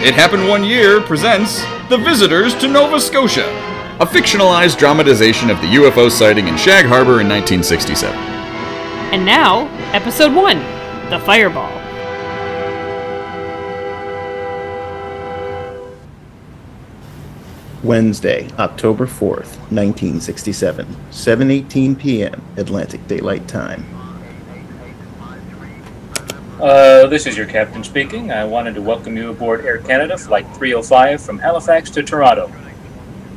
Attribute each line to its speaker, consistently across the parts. Speaker 1: It Happened One Year presents The Visitors to Nova Scotia, a fictionalized dramatization of the UFO sighting in Shag Harbor in 1967.
Speaker 2: And now, episode one The Fireball.
Speaker 3: Wednesday, October 4th, 1967, 7:18 p.m. Atlantic Daylight Time.
Speaker 4: Uh, this is your captain speaking. I wanted to welcome you aboard Air Canada Flight 305 from Halifax to Toronto.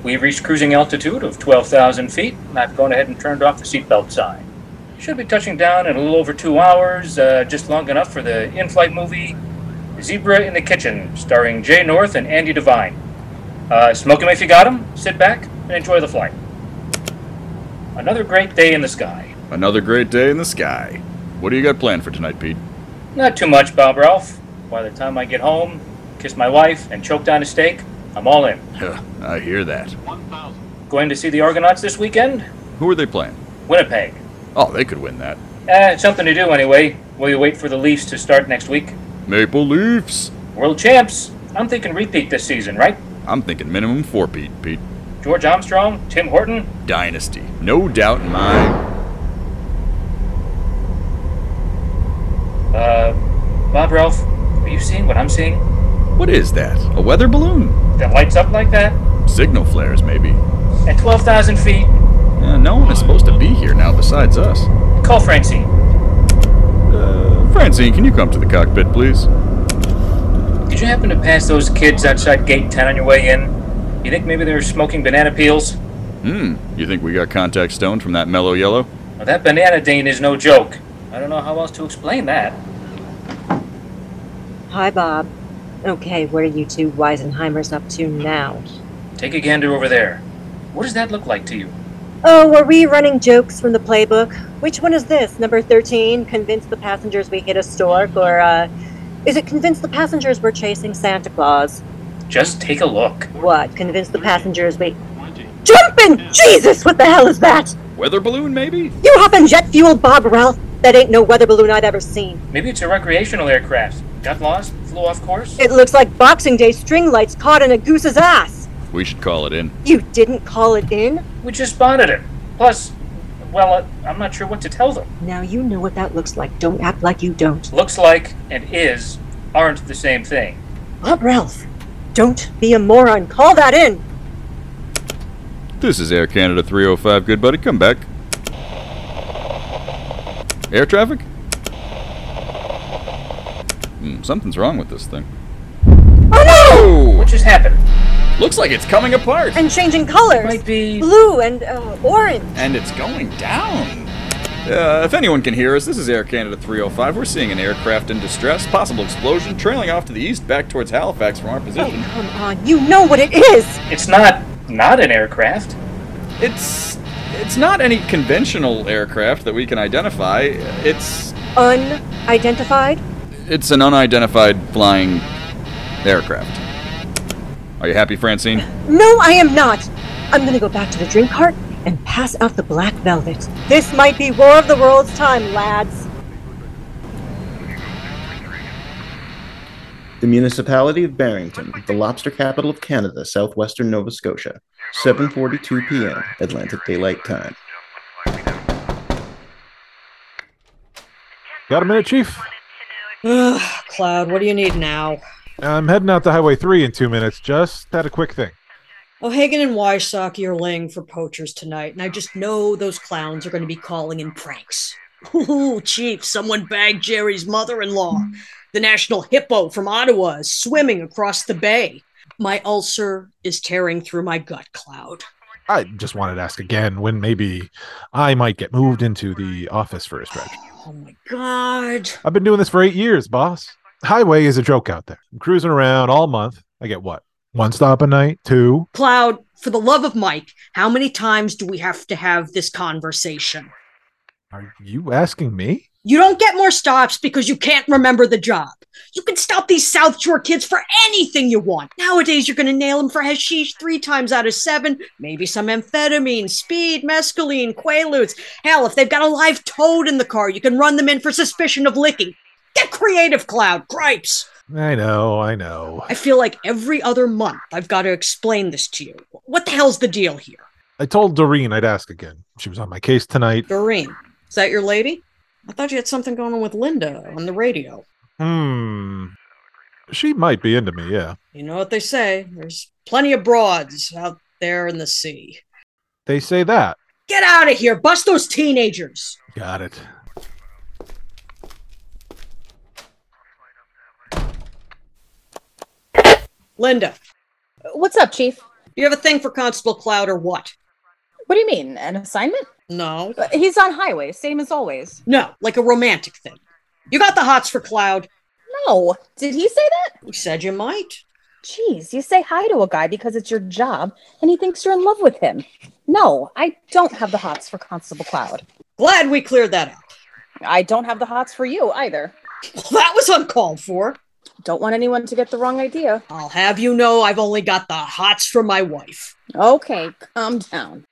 Speaker 4: We've reached cruising altitude of 12,000 feet, and I've gone ahead and turned off the seatbelt sign. Should be touching down in a little over two hours, uh, just long enough for the in flight movie Zebra in the Kitchen, starring Jay North and Andy Devine. Uh, smoke 'em if you got 'em. sit back, and enjoy the flight. Another great day in the sky.
Speaker 1: Another great day in the sky. What do you got planned for tonight, Pete?
Speaker 4: Not too much, Bob Ralph. By the time I get home, kiss my wife, and choke down a steak, I'm all in.
Speaker 1: Huh, I hear that.
Speaker 4: Going to see the Argonauts this weekend?
Speaker 1: Who are they playing?
Speaker 4: Winnipeg.
Speaker 1: Oh, they could win that.
Speaker 4: Eh, it's something to do anyway. Will you wait for the Leafs to start next week?
Speaker 1: Maple Leafs!
Speaker 4: World champs! I'm thinking repeat this season, right?
Speaker 1: I'm thinking minimum four, Pete. Pete.
Speaker 4: George Armstrong, Tim Horton.
Speaker 1: Dynasty. No doubt in my.
Speaker 4: Uh, Bob Ralph, are you seeing what I'm seeing?
Speaker 1: What is that? A weather balloon?
Speaker 4: That lights up like that?
Speaker 1: Signal flares, maybe.
Speaker 4: At 12,000 feet,
Speaker 1: Uh, no one is supposed to be here now besides us.
Speaker 4: call Francie.
Speaker 1: Uh, Francine, can you come to the cockpit, please?
Speaker 4: Did you happen to pass those kids outside gate 10 on your way in? You think maybe they were smoking banana peels?
Speaker 1: Hmm, you think we got contact stone from that mellow yellow?
Speaker 4: Now, that banana dane is no joke. I don't know how else to explain that.
Speaker 5: Hi, Bob. Okay, what are you two Weisenheimers up to now?
Speaker 4: Take a gander over there. What does that look like to you?
Speaker 5: Oh, are we running jokes from the playbook? Which one is this? Number 13, convince the passengers we hit a stork, or uh, is it convince the passengers we're chasing Santa Claus?
Speaker 4: Just take a look.
Speaker 5: What? Convince the passengers we. Jumping! Jesus, what the hell is that?
Speaker 1: Weather balloon, maybe?
Speaker 5: You hopping jet fuel, Bob Ralph? That ain't no weather balloon I've ever seen.
Speaker 4: Maybe it's a recreational aircraft. Got lost? Flew off course?
Speaker 5: It looks like Boxing Day string lights caught in a goose's ass.
Speaker 1: We should call it in.
Speaker 5: You didn't call it in?
Speaker 4: We just spotted it. Plus, well, uh, I'm not sure what to tell them.
Speaker 5: Now you know what that looks like. Don't act like you don't.
Speaker 4: Looks like and is aren't the same thing.
Speaker 5: Bob Ralph, don't be a moron. Call that in.
Speaker 1: This is Air Canada 305, good buddy, come back. Air traffic? Hmm, something's wrong with this thing.
Speaker 4: What
Speaker 1: Oh
Speaker 4: just happened?
Speaker 1: no! Looks like it's coming apart!
Speaker 5: And changing colors.
Speaker 4: Might be.
Speaker 5: Blue and uh, orange.
Speaker 1: and it's going down. Uh, if anyone can hear us, this is Air Canada 305. We're seeing an aircraft in distress, possible explosion, trailing off to the east back towards Halifax from our
Speaker 5: Oh,
Speaker 1: position.
Speaker 5: come on. You know what it is.
Speaker 4: It's not not an aircraft.
Speaker 1: It's it's not any conventional aircraft that we can identify. It's
Speaker 5: Unidentified.
Speaker 1: it's an unidentified flying aircraft. Are you happy, Francine?
Speaker 5: No, I am not. I'm going to go back to the drink cart and pass out the black velvet. This might be War of the Worlds time, lads.
Speaker 3: The municipality of Barrington, the lobster capital of Canada, southwestern Nova Scotia, 7:42 p.m. Atlantic Daylight Time.
Speaker 6: Got a minute, Chief?
Speaker 7: Ugh, Cloud, what do you need now?
Speaker 6: I'm heading out to Highway 3 in two minutes. Just had a quick thing.
Speaker 7: O'Hagan and Weissocky are laying for poachers tonight, and I just know those clowns are going to be calling in pranks. Ooh, Chief, someone bagged Jerry's mother in law. The national hippo from Ottawa is swimming across the bay. My ulcer is tearing through my gut, Cloud.
Speaker 6: I just wanted to ask again when maybe I might get moved into the office for a stretch.
Speaker 7: Oh my God.
Speaker 6: I've been doing this for eight years, boss. Highway is a joke out there. I'm cruising around all month. I get what? One stop a night? Two?
Speaker 7: Cloud, for the love of Mike, how many times do we have to have this conversation?
Speaker 6: Are you asking me?
Speaker 7: You don't get more stops because you can't remember the job. You can stop these South Shore kids for anything you want. Nowadays, you're going to nail them for hashish three times out of seven, maybe some amphetamine, speed, mescaline, quaaludes. Hell, if they've got a live toad in the car, you can run them in for suspicion of licking. Get creative, Cloud. Gripes.
Speaker 6: I know, I know.
Speaker 7: I feel like every other month I've got to explain this to you. What the hell's the deal here?
Speaker 6: I told Doreen I'd ask again. She was on my case tonight.
Speaker 7: Doreen, is that your lady? I thought you had something going on with Linda on the radio.
Speaker 6: Hmm. She might be into me, yeah.
Speaker 7: You know what they say there's plenty of broads out there in the sea.
Speaker 6: They say that.
Speaker 7: Get out of here! Bust those teenagers!
Speaker 6: Got it.
Speaker 7: Linda,
Speaker 8: What's up, Chief?
Speaker 7: do you have a thing for Constable Cloud or what?
Speaker 8: What do you mean? An assignment?
Speaker 7: No.
Speaker 8: Uh, He's on highway, same as always.
Speaker 7: No, like a romantic thing. You got the hots for Cloud.
Speaker 8: No. Did he say that?
Speaker 7: You said you might.
Speaker 8: Jeez, you say hi to a guy because it's your job and he thinks you're in love with him. No, I don't have the hots for Constable Cloud.
Speaker 7: Glad we cleared that up.
Speaker 8: I don't have the hots for you either.
Speaker 7: Well, that was uncalled for.
Speaker 8: Don't want anyone to get the wrong idea.
Speaker 7: I'll have you know I've only got the hots for my wife.
Speaker 8: Okay, calm down.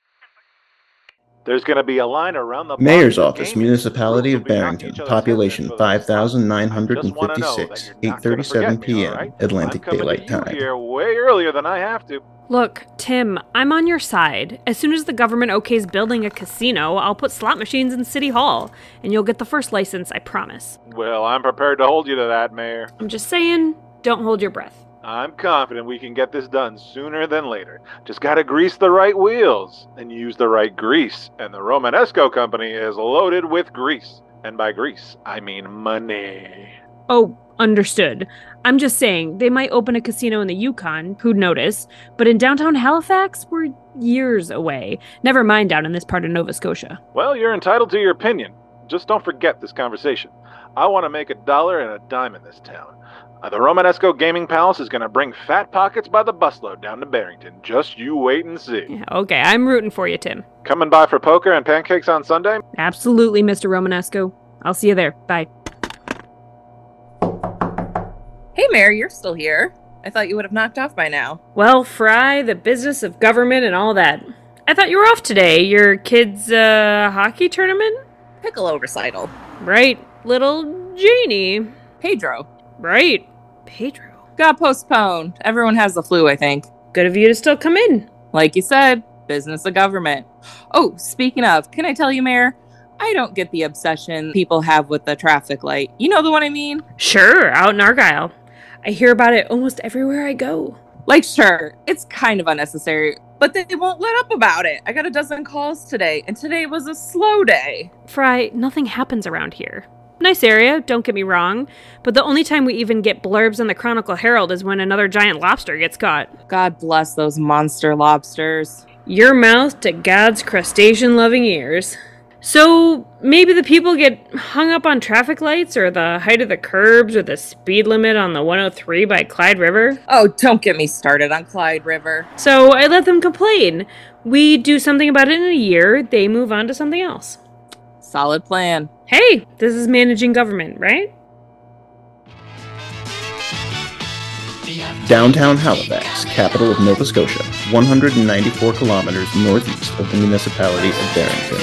Speaker 9: There's going to be a line around the
Speaker 3: Mayor's Office, Municipality of Barrington, population 5,956, 8:37 p.m. Atlantic Daylight Time.
Speaker 9: Here way earlier than I have to.
Speaker 2: Look, Tim, I'm on your side. As soon as the government okays building a casino, I'll put slot machines in City Hall, and you'll get the first license, I promise.
Speaker 9: Well, I'm prepared to hold you to that, Mayor.
Speaker 2: I'm just saying, don't hold your breath.
Speaker 9: I'm confident we can get this done sooner than later. Just gotta grease the right wheels and use the right grease. And the Romanesco company is loaded with grease. And by grease, I mean money.
Speaker 2: Oh, understood. I'm just saying, they might open a casino in the Yukon, who'd notice, but in downtown Halifax, we're years away. Never mind down in this part of Nova Scotia.
Speaker 9: Well, you're entitled to your opinion. Just don't forget this conversation. I want to make a dollar and a dime in this town. Uh, the Romanesco Gaming Palace is going to bring fat pockets by the busload down to Barrington. Just you wait and see.
Speaker 2: Yeah, okay, I'm rooting for you, Tim.
Speaker 9: Coming by for poker and pancakes on Sunday?
Speaker 2: Absolutely, Mr. Romanesco. I'll see you there. Bye.
Speaker 10: Hey, Mayor, you're still here. I thought you would have knocked off by now.
Speaker 2: Well, Fry, the business of government and all that. I thought you were off today. Your kids' uh, hockey tournament?
Speaker 10: Piccolo recital.
Speaker 2: Right. Little Janie.
Speaker 10: Pedro
Speaker 2: Right. Pedro.
Speaker 10: got postponed. Everyone has the flu, I think.
Speaker 2: Good of you to still come in.
Speaker 10: Like you said, business of government. Oh, speaking of, can I tell you, Mayor? I don't get the obsession people have with the traffic light. You know the one I mean?
Speaker 2: Sure, out in Argyle. I hear about it almost everywhere I go.
Speaker 10: Like, sure, it's kind of unnecessary, but they won't let up about it. I got a dozen calls today, and today was a slow day.
Speaker 2: Fry, nothing happens around here. Nice area, don't get me wrong, but the only time we even get blurbs in the Chronicle Herald is when another giant lobster gets caught.
Speaker 10: God bless those monster lobsters.
Speaker 2: Your mouth to God's crustacean loving ears. So maybe the people get hung up on traffic lights or the height of the curbs or the speed limit on the 103 by Clyde River.
Speaker 10: Oh, don't get me started on Clyde River.
Speaker 2: So I let them complain. We do something about it in a year, they move on to something else.
Speaker 10: Solid plan.
Speaker 2: Hey, this is managing government, right?
Speaker 3: Downtown Halifax, capital of Nova Scotia, 194 kilometers northeast of the municipality of Barrington.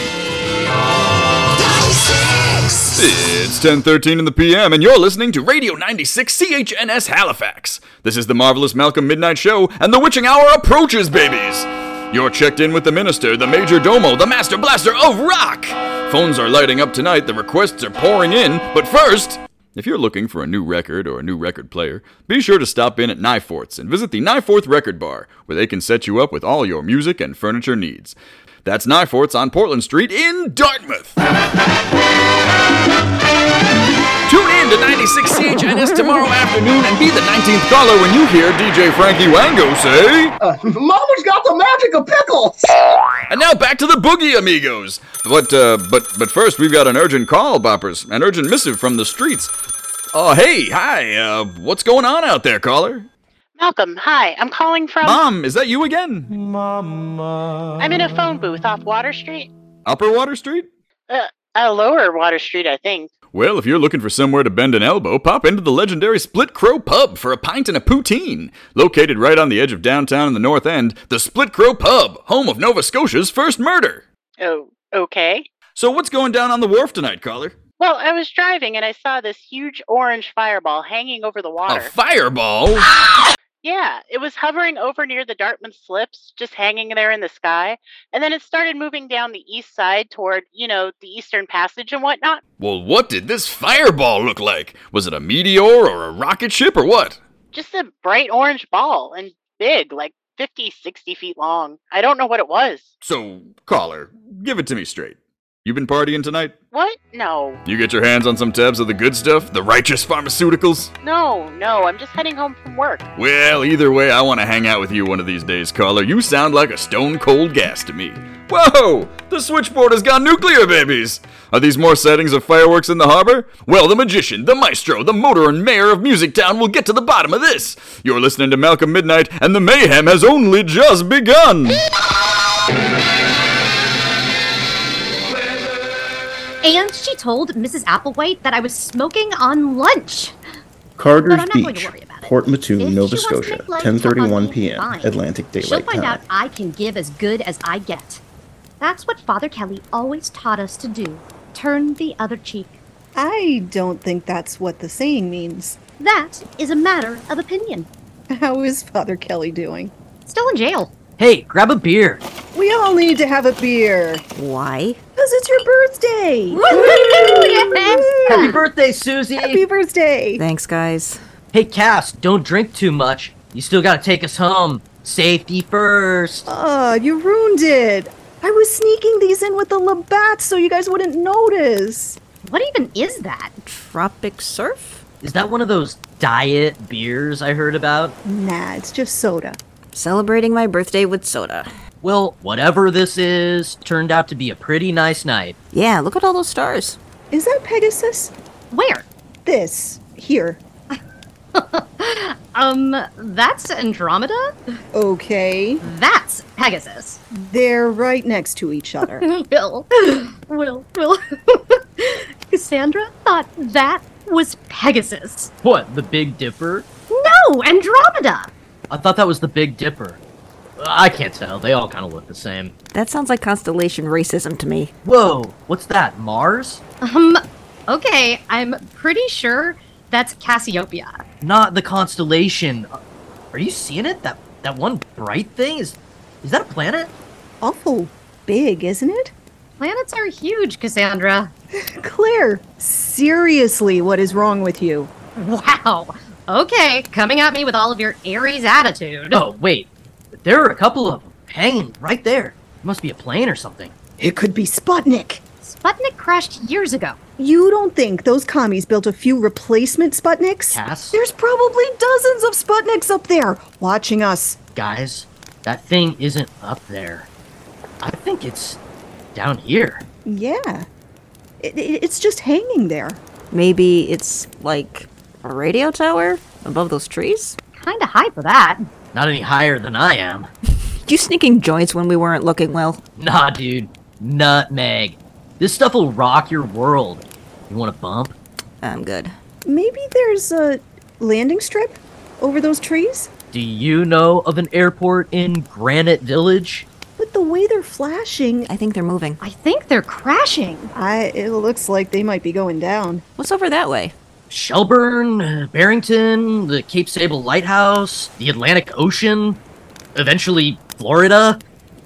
Speaker 1: It's 10:13 in the PM and you're listening to Radio 96 CHNS Halifax. This is the marvelous Malcolm Midnight Show and the witching hour approaches, babies. You're checked in with the minister, the major domo, the master blaster of rock. Phones are lighting up tonight, the requests are pouring in, but first, if you're looking for a new record or a new record player, be sure to stop in at Nyforth's and visit the Nyforth Record Bar, where they can set you up with all your music and furniture needs. That's Nyforth's on Portland Street in Dartmouth. Tune in to 96 CHNS tomorrow afternoon and be the 19th caller when you hear DJ Frankie Wango say.
Speaker 11: Mama's got the magic of pickles.
Speaker 1: And now back to the boogie, amigos. But uh, but but first, we've got an urgent call, boppers, an urgent missive from the streets. Oh, hey, hi. Uh, what's going on out there, caller?
Speaker 12: Malcolm, hi. I'm calling from.
Speaker 1: Mom, is that you again?
Speaker 12: I'm in a phone booth off Water Street.
Speaker 1: Upper Water Street?
Speaker 12: Uh, uh, lower Water Street, I think.
Speaker 1: Well, if you're looking for somewhere to bend an elbow, pop into the legendary Split Crow Pub for a pint and a poutine. Located right on the edge of downtown in the North End, the Split Crow Pub, home of Nova Scotia's first murder.
Speaker 12: Oh, okay.
Speaker 1: So, what's going down on the wharf tonight, caller?
Speaker 12: Well, I was driving and I saw this huge orange fireball hanging over the water.
Speaker 1: A fireball?
Speaker 12: Yeah, it was hovering over near the Dartmouth slips, just hanging there in the sky. And then it started moving down the east side toward, you know, the eastern passage and whatnot.
Speaker 1: Well, what did this fireball look like? Was it a meteor or a rocket ship or what?
Speaker 12: Just a bright orange ball and big, like 50, 60 feet long. I don't know what it was.
Speaker 1: So, caller, give it to me straight. You been partying tonight?
Speaker 12: What? No.
Speaker 1: You get your hands on some tabs of the good stuff, the righteous pharmaceuticals?
Speaker 12: No, no, I'm just heading home from work.
Speaker 1: Well, either way, I want to hang out with you one of these days, caller. You sound like a stone cold gas to me. Whoa! The switchboard has got nuclear babies! Are these more sightings of fireworks in the harbor? Well, the magician, the maestro, the motor and mayor of Music Town will get to the bottom of this. You're listening to Malcolm Midnight, and the mayhem has only just begun!
Speaker 13: And she told Mrs. Applewhite that I was smoking on lunch.
Speaker 3: Carter's
Speaker 13: not going to
Speaker 3: Beach,
Speaker 13: worry
Speaker 3: Port Mattoon, Nova Scotia,
Speaker 13: make love,
Speaker 3: 10:31 p.m.
Speaker 13: fine.
Speaker 3: Atlantic
Speaker 13: She'll
Speaker 3: Daylight
Speaker 13: find
Speaker 3: Time.
Speaker 13: out I can give as good as I get. That's what Father Kelly always taught us to do turn the other cheek.
Speaker 14: I don't think that's what the saying means.
Speaker 13: That is a matter of opinion.
Speaker 14: How is Father Kelly doing?
Speaker 13: Still in jail.
Speaker 15: Hey, grab a beer.
Speaker 14: We all need to have a beer.
Speaker 15: Why?
Speaker 14: Because it's your birthday.
Speaker 15: Happy birthday, Susie.
Speaker 14: Happy birthday.
Speaker 15: Thanks, guys. Hey, Cass, don't drink too much. You still gotta take us home. Safety first.
Speaker 16: Uh,
Speaker 14: Oh, you ruined it. I was sneaking these in with the Labatt so you guys wouldn't notice.
Speaker 13: What even is that?
Speaker 15: Tropic Surf? Is that one of those diet beers I heard about?
Speaker 14: Nah, it's just soda.
Speaker 16: Celebrating my birthday with soda.
Speaker 15: Well, whatever this is, turned out to be a pretty nice night.
Speaker 16: Yeah, look at all those stars.
Speaker 14: Is that Pegasus?
Speaker 13: Where?
Speaker 14: This. Here.
Speaker 13: Um, that's Andromeda?
Speaker 14: Okay.
Speaker 13: That's Pegasus.
Speaker 14: They're right next to each other.
Speaker 13: Will. Will. Will. Cassandra thought that was Pegasus.
Speaker 15: What, the Big Dipper?
Speaker 13: No, Andromeda!
Speaker 15: I thought that was the Big Dipper. I can't tell. They all kind of look the same.
Speaker 16: That sounds like constellation racism to me.
Speaker 15: Whoa, what's that? Mars?
Speaker 13: Um, okay, I'm pretty sure that's Cassiopeia.
Speaker 15: Not the constellation. Uh, Are you seeing it? That that one bright thing is is that a planet?
Speaker 14: Awful big, isn't it?
Speaker 13: Planets are huge, Cassandra.
Speaker 14: Claire, seriously, what is wrong with you?
Speaker 13: Wow. Okay, coming at me with all of your Aries attitude.
Speaker 15: Oh, wait. There are a couple of them hanging right there. It must be a plane or something.
Speaker 14: It could be Sputnik.
Speaker 13: Sputnik crashed years ago.
Speaker 14: You don't think those commies built a few replacement Sputniks?
Speaker 15: Cass?
Speaker 14: There's probably dozens of Sputniks up there watching us.
Speaker 15: Guys, that thing isn't up there. I think it's down here.
Speaker 14: Yeah. It, it- it's just hanging there.
Speaker 16: Maybe it's like a radio tower above those trees?
Speaker 13: Kinda high for that.
Speaker 15: Not any higher than I am.
Speaker 16: You sneaking joints when we weren't looking well.
Speaker 15: Nah, dude. Nutmeg. This stuff will rock your world. You want a bump?
Speaker 16: I'm good.
Speaker 14: Maybe there's a landing strip over those trees?
Speaker 15: Do you know of an airport in Granite Village?
Speaker 14: But the way they're flashing,
Speaker 16: I think they're moving.
Speaker 13: I think they're crashing.
Speaker 14: I it looks like they might be going down.
Speaker 16: What's over that way?
Speaker 15: Shelburne, uh, Barrington, the Cape Sable Lighthouse, the Atlantic Ocean, eventually Florida.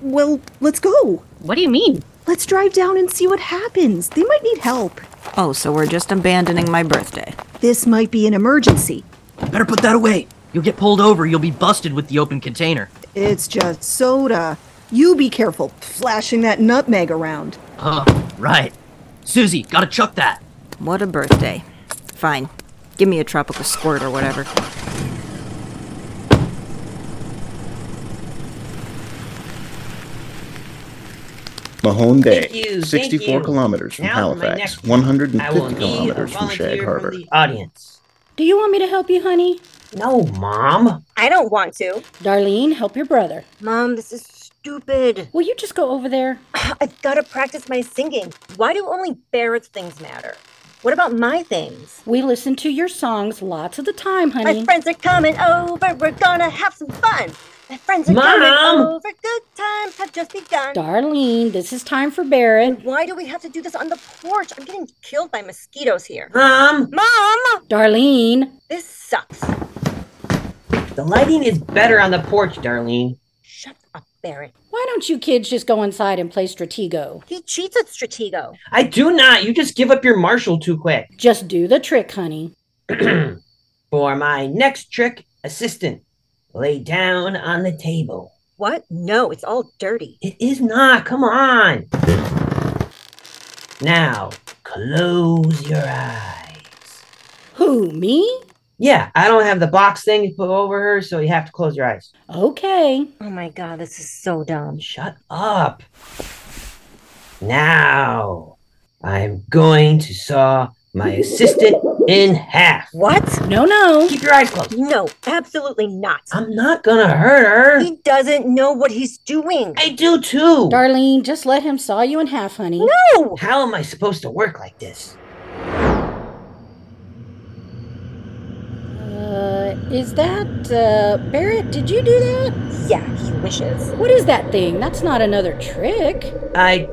Speaker 14: Well, let's go.
Speaker 13: What do you mean?
Speaker 14: Let's drive down and see what happens. They might need help.
Speaker 16: Oh, so we're just abandoning my birthday.
Speaker 14: This might be an emergency.
Speaker 15: Better put that away. You'll get pulled over, you'll be busted with the open container.
Speaker 14: It's just soda. You be careful flashing that nutmeg around.
Speaker 15: Oh, right. Susie, gotta chuck that.
Speaker 16: What a birthday. Fine. Give me a tropical squirt or whatever.
Speaker 3: Mahone Bay,
Speaker 15: Thank you, thank
Speaker 3: 64
Speaker 15: you.
Speaker 3: kilometers from
Speaker 15: Now for my
Speaker 3: Halifax,
Speaker 15: next- I
Speaker 3: 150
Speaker 15: will need a
Speaker 3: kilometers from Shag Harbor.
Speaker 15: Audience.
Speaker 17: Do you want me to help you, honey?
Speaker 15: No, Mom.
Speaker 5: I don't want to.
Speaker 17: Darlene, help your brother.
Speaker 5: Mom, this is stupid.
Speaker 17: Will you just go over there?
Speaker 5: I've got to practice my singing. Why do only Barrett's things matter? What about my things?
Speaker 17: We listen to your songs lots of the time, honey.
Speaker 5: My friends are coming over. We're gonna have some fun.
Speaker 17: My
Speaker 14: friends
Speaker 17: are coming
Speaker 14: Mom!
Speaker 5: Good times have just begun.
Speaker 17: Darlene, this is time for Barrett.
Speaker 5: Why do we have to do this on the porch? I'm getting killed by mosquitoes here.
Speaker 11: Mom!
Speaker 5: Mom!
Speaker 17: Darlene.
Speaker 5: This sucks.
Speaker 11: The lighting is better on the porch, Darlene.
Speaker 5: Barrett.
Speaker 17: Why don't you kids just go inside and play Stratego?
Speaker 5: He cheats at Stratego.
Speaker 11: I do not. You just give up your marshal too quick.
Speaker 17: Just do the trick, honey.
Speaker 11: For my next trick, assistant, lay down on the table.
Speaker 5: What? No, it's all dirty.
Speaker 11: It is not. Come on. Now, close your eyes.
Speaker 17: Who, me?
Speaker 11: Yeah, I don't have the box thing to put over her, so you have to close your eyes.
Speaker 17: Okay.
Speaker 5: Oh my god, this is so dumb.
Speaker 11: Shut Up. Now, I'm going to saw my assistant in half.
Speaker 5: What?
Speaker 17: No, no.
Speaker 11: Keep your eyes closed.
Speaker 5: No, absolutely not.
Speaker 11: I'm not gonna hurt her.
Speaker 5: He doesn't know what he's doing.
Speaker 11: I do too.
Speaker 17: Darlene, just let him saw you in half, honey.
Speaker 5: No!
Speaker 11: How am I supposed to work like this?
Speaker 17: Uh, is that, uh, Barrett, did you do that?
Speaker 5: Yeah, he wishes.
Speaker 17: What is that thing? That's not another trick.
Speaker 11: I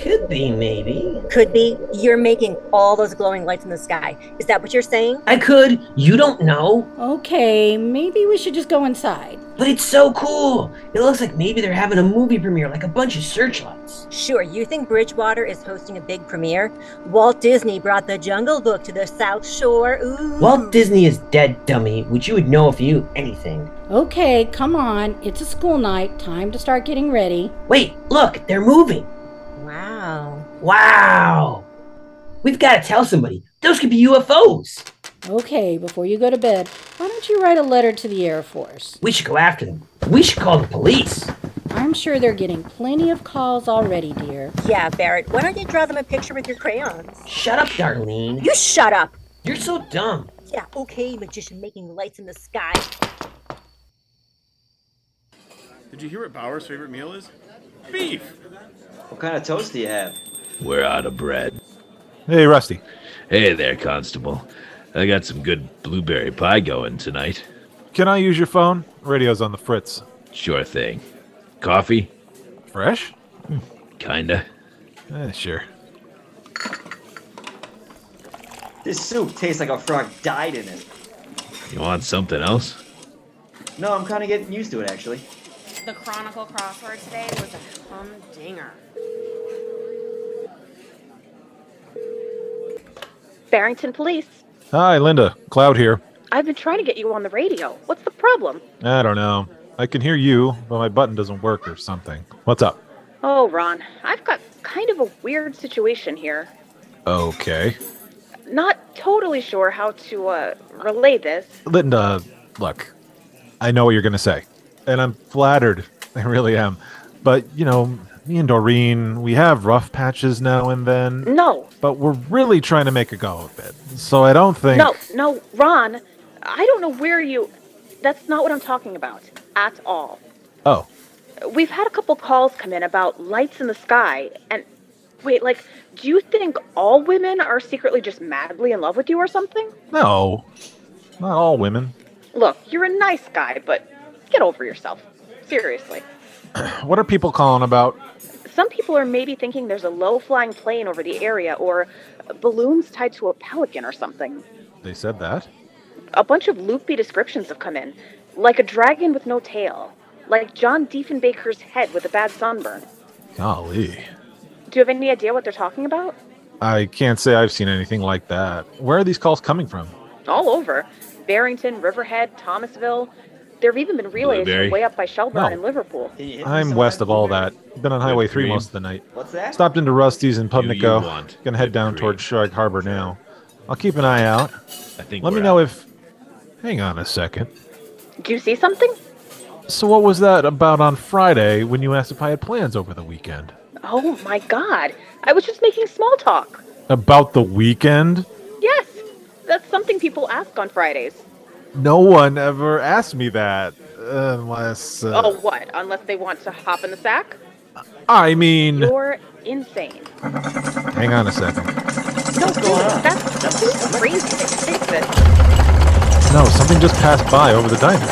Speaker 11: could be, maybe.
Speaker 5: Could be. You're making all those glowing lights in the sky. Is that what you're saying?
Speaker 11: I could. You don't know.
Speaker 17: Oh. Okay, maybe we should just go inside.
Speaker 11: But it's so cool. It looks like maybe they're having a movie premiere, like a bunch of searchlights.
Speaker 5: Sure, you think Bridgewater is hosting a big premiere? Walt Disney brought the Jungle Book to the South Shore. Ooh.
Speaker 11: Walt Disney is dead, dummy, which you would know if you knew anything.
Speaker 17: Okay, come on. It's a school night. Time to start getting ready.
Speaker 11: Wait, look, they're moving.
Speaker 5: Wow.
Speaker 11: Wow. We've got to tell somebody. Those could be UFOs.
Speaker 17: Okay, before you go to bed, why don't you write a letter to the Air Force?
Speaker 11: We should go after them. We should call the police.
Speaker 17: I'm sure they're getting plenty of calls already, dear.
Speaker 5: Yeah, Barrett, why don't you draw them a picture with your crayons?
Speaker 11: Shut up, Darlene.
Speaker 5: You shut up!
Speaker 11: You're so dumb.
Speaker 5: Yeah, okay, magician making lights in the sky.
Speaker 18: Did you hear what Bauer's favorite meal is? Beef!
Speaker 19: What kind of toast do you have?
Speaker 20: We're out of bread.
Speaker 6: Hey, Rusty.
Speaker 20: Hey there, Constable. I got some good blueberry pie going tonight.
Speaker 6: Can I use your phone? Radio's on the fritz.
Speaker 20: Sure thing. Coffee? Hmm,
Speaker 6: Fresh?
Speaker 20: Kinda.
Speaker 6: Eh, sure.
Speaker 19: This soup tastes like a frog died in it.
Speaker 20: You want something else?
Speaker 19: No, I'm kind of getting used to it actually.
Speaker 21: The Chronicle crossword today was a humdinger.
Speaker 22: Barrington Police.
Speaker 6: Hi, Linda. Cloud here.
Speaker 22: I've been trying to get you on the radio. What's the problem?
Speaker 6: I don't know. I can hear you, but my button doesn't work or something. What's up?
Speaker 22: Oh, Ron, I've got kind of a weird situation here.
Speaker 6: Okay.
Speaker 22: Not totally sure how to uh, relay this.
Speaker 6: Linda, look, I know what you're going to say, and I'm flattered. I really am. But, you know, me and Doreen, we have rough patches now and then.
Speaker 22: No.
Speaker 6: But we're really trying to make a go of it. So I don't think.
Speaker 22: No, no, Ron, I don't know where you. That's not what I'm talking about at all.
Speaker 6: Oh,
Speaker 22: We've had a couple calls come in about lights in the sky, and wait, like, do you think all women are secretly just madly in love with you or something?
Speaker 6: no. Not all women.
Speaker 22: Look, you're a nice guy, but get over yourself. Seriously.
Speaker 6: What are people calling about?
Speaker 22: Some people are maybe thinking there's a low flying plane over the area or balloons tied to a pelican or something.
Speaker 6: They said that.
Speaker 22: A bunch of loopy descriptions have come in, like a dragon with no tail, like John Diefenbaker's head with a bad sunburn.
Speaker 6: Golly.
Speaker 22: Do you have any idea what they're talking about?
Speaker 6: I can't say I've seen anything like that. Where are these calls coming from?
Speaker 22: All over Barrington, Riverhead, Thomasville. There have even been relays
Speaker 6: Blueberry.
Speaker 22: from way up by Shelburne
Speaker 6: No.
Speaker 22: and Liverpool.
Speaker 6: I'm west of all that. Been on Highway 3
Speaker 20: cream.
Speaker 6: most of the night.
Speaker 22: What's that?
Speaker 6: Stopped into Rusty's in Pubnico.
Speaker 20: want
Speaker 6: Gonna head down towards Shark Harbor now. I'll keep an eye out. I
Speaker 20: think
Speaker 6: Let me
Speaker 20: we're
Speaker 6: know if. Hang on a second.
Speaker 22: Do you see something?
Speaker 6: So, what was that about on Friday when you asked if I had plans over the weekend?
Speaker 22: Oh my god. I was just making small talk.
Speaker 6: About the weekend?
Speaker 22: Yes, that's something people ask on Fridays.
Speaker 6: No one ever asked me that. Unless. Uh,
Speaker 22: oh, what? Unless they want to hop in the sack?
Speaker 6: I mean.
Speaker 22: You're insane.
Speaker 6: Hang on a second.
Speaker 22: No, dude, that's, that's crazy. Fix this.
Speaker 6: No, something just passed by over the diner.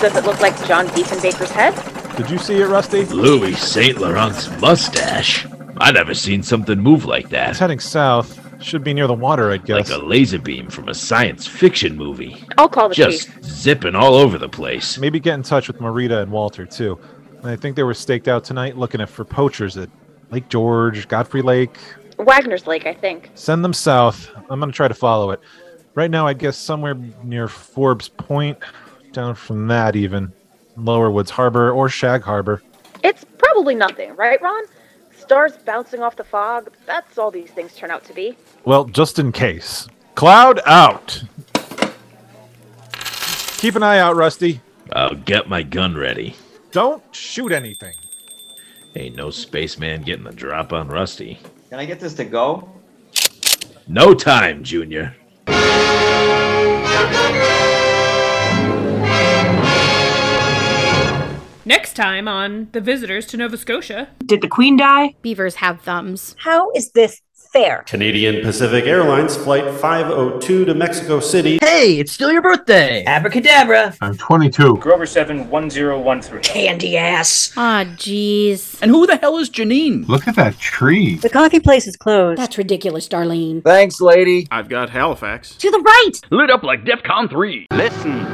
Speaker 22: Does it look like John Diefenbaker's head?
Speaker 6: Did you see it, Rusty?
Speaker 20: Louis Saint Laurent's mustache. I never seen something move like
Speaker 6: It's
Speaker 20: that.
Speaker 6: heading south. Should be near the water, I guess.
Speaker 20: Like a laser beam from a science fiction movie.
Speaker 22: I'll call the
Speaker 20: Just
Speaker 22: chief.
Speaker 20: zipping all over the place.
Speaker 6: Maybe get in touch with Marita and Walter too. And I think they were staked out tonight looking at for poachers at Lake George, Godfrey Lake.
Speaker 22: Wagner's Lake, I think.
Speaker 6: Send them south. I'm gonna try to follow it. Right now, I guess somewhere near Forbes Point, down from that even, Lower Woods Harbor or Shag Harbor.
Speaker 22: It's probably nothing, right, Ron? Stars bouncing off the fog. That's all these things turn out to be.
Speaker 6: Well, just in case. Cloud out. Keep an eye out, Rusty.
Speaker 20: I'll get my gun ready.
Speaker 6: Don't shoot anything.
Speaker 20: Ain't no spaceman getting the drop on Rusty.
Speaker 19: Can I get this to go?
Speaker 20: No time, Junior.
Speaker 2: Next time on The Visitors to Nova Scotia.
Speaker 4: Did the Queen die?
Speaker 17: Beavers have thumbs.
Speaker 5: How is this fair?
Speaker 7: Canadian Pacific Airlines Flight 502 to Mexico City.
Speaker 4: Hey, it's still your birthday.
Speaker 11: Abracadabra.
Speaker 7: I'm 22.
Speaker 23: Grover 7 1013.
Speaker 11: Candy ass.
Speaker 17: Aw, Ah, jeez.
Speaker 23: And who the hell is Janine?
Speaker 7: Look at that tree.
Speaker 5: The coffee place is closed.
Speaker 17: That's ridiculous, Darlene.
Speaker 23: Thanks, lady. I've got Halifax.
Speaker 13: To the right!
Speaker 23: Lit up like DEFCON 3. Listen.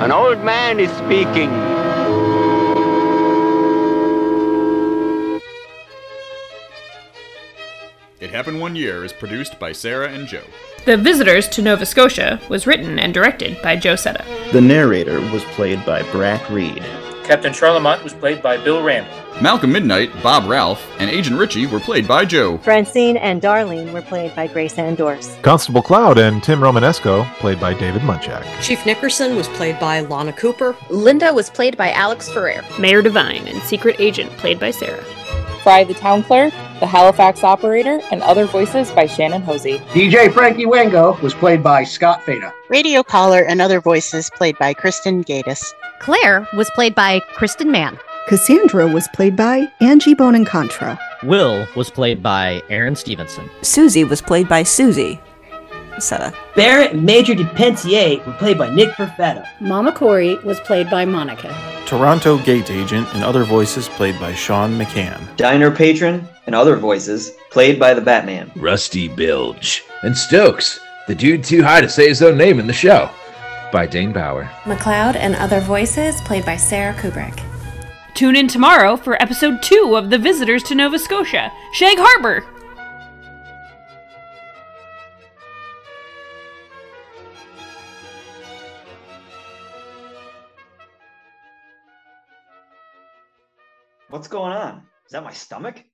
Speaker 24: An old man is speaking.
Speaker 1: It Happened One Year is produced by Sarah and Joe.
Speaker 2: The Visitors to Nova Scotia was written and directed by Joe Setta.
Speaker 3: The narrator was played by Brack Reed.
Speaker 23: Captain Charlemont was played by Bill Randall.
Speaker 1: Malcolm Midnight, Bob Ralph, and Agent Richie were played by Joe.
Speaker 5: Francine and Darlene were played by Grace Andors.
Speaker 6: Constable Cloud and Tim Romanesco, played by David Munchak.
Speaker 25: Chief Nickerson was played by Lana Cooper.
Speaker 2: Linda was played by Alex Ferrer. Mayor Devine and Secret Agent played by Sarah.
Speaker 10: Fry the Town Clerk, the Halifax Operator, and other voices by Shannon Hosey.
Speaker 26: DJ Frankie Wango was played by Scott Feta.
Speaker 12: Radio Collar and Other Voices played by Kristen Gatiss.
Speaker 13: Claire was played by Kristen Mann.
Speaker 14: Cassandra was played by Angie Bonencontra.
Speaker 4: Will was played by Aaron Stevenson.
Speaker 16: Susie was played by Susie. Seta.
Speaker 11: Barrett and Major DePentier were played by Nick Perfetta.
Speaker 17: Mama Corey was played by Monica.
Speaker 27: Toronto Gate Agent and other voices played by Sean McCann.
Speaker 19: Diner Patron and other voices played by the Batman.
Speaker 20: Rusty Bilge. And Stokes, the dude too high to say his own name in the show. By Dane Bauer.
Speaker 2: McLeod and other voices played by Sarah Kubrick. Tune in tomorrow for episode two of The Visitors to Nova Scotia, Shag Harbor.
Speaker 19: What's going on? Is that my stomach?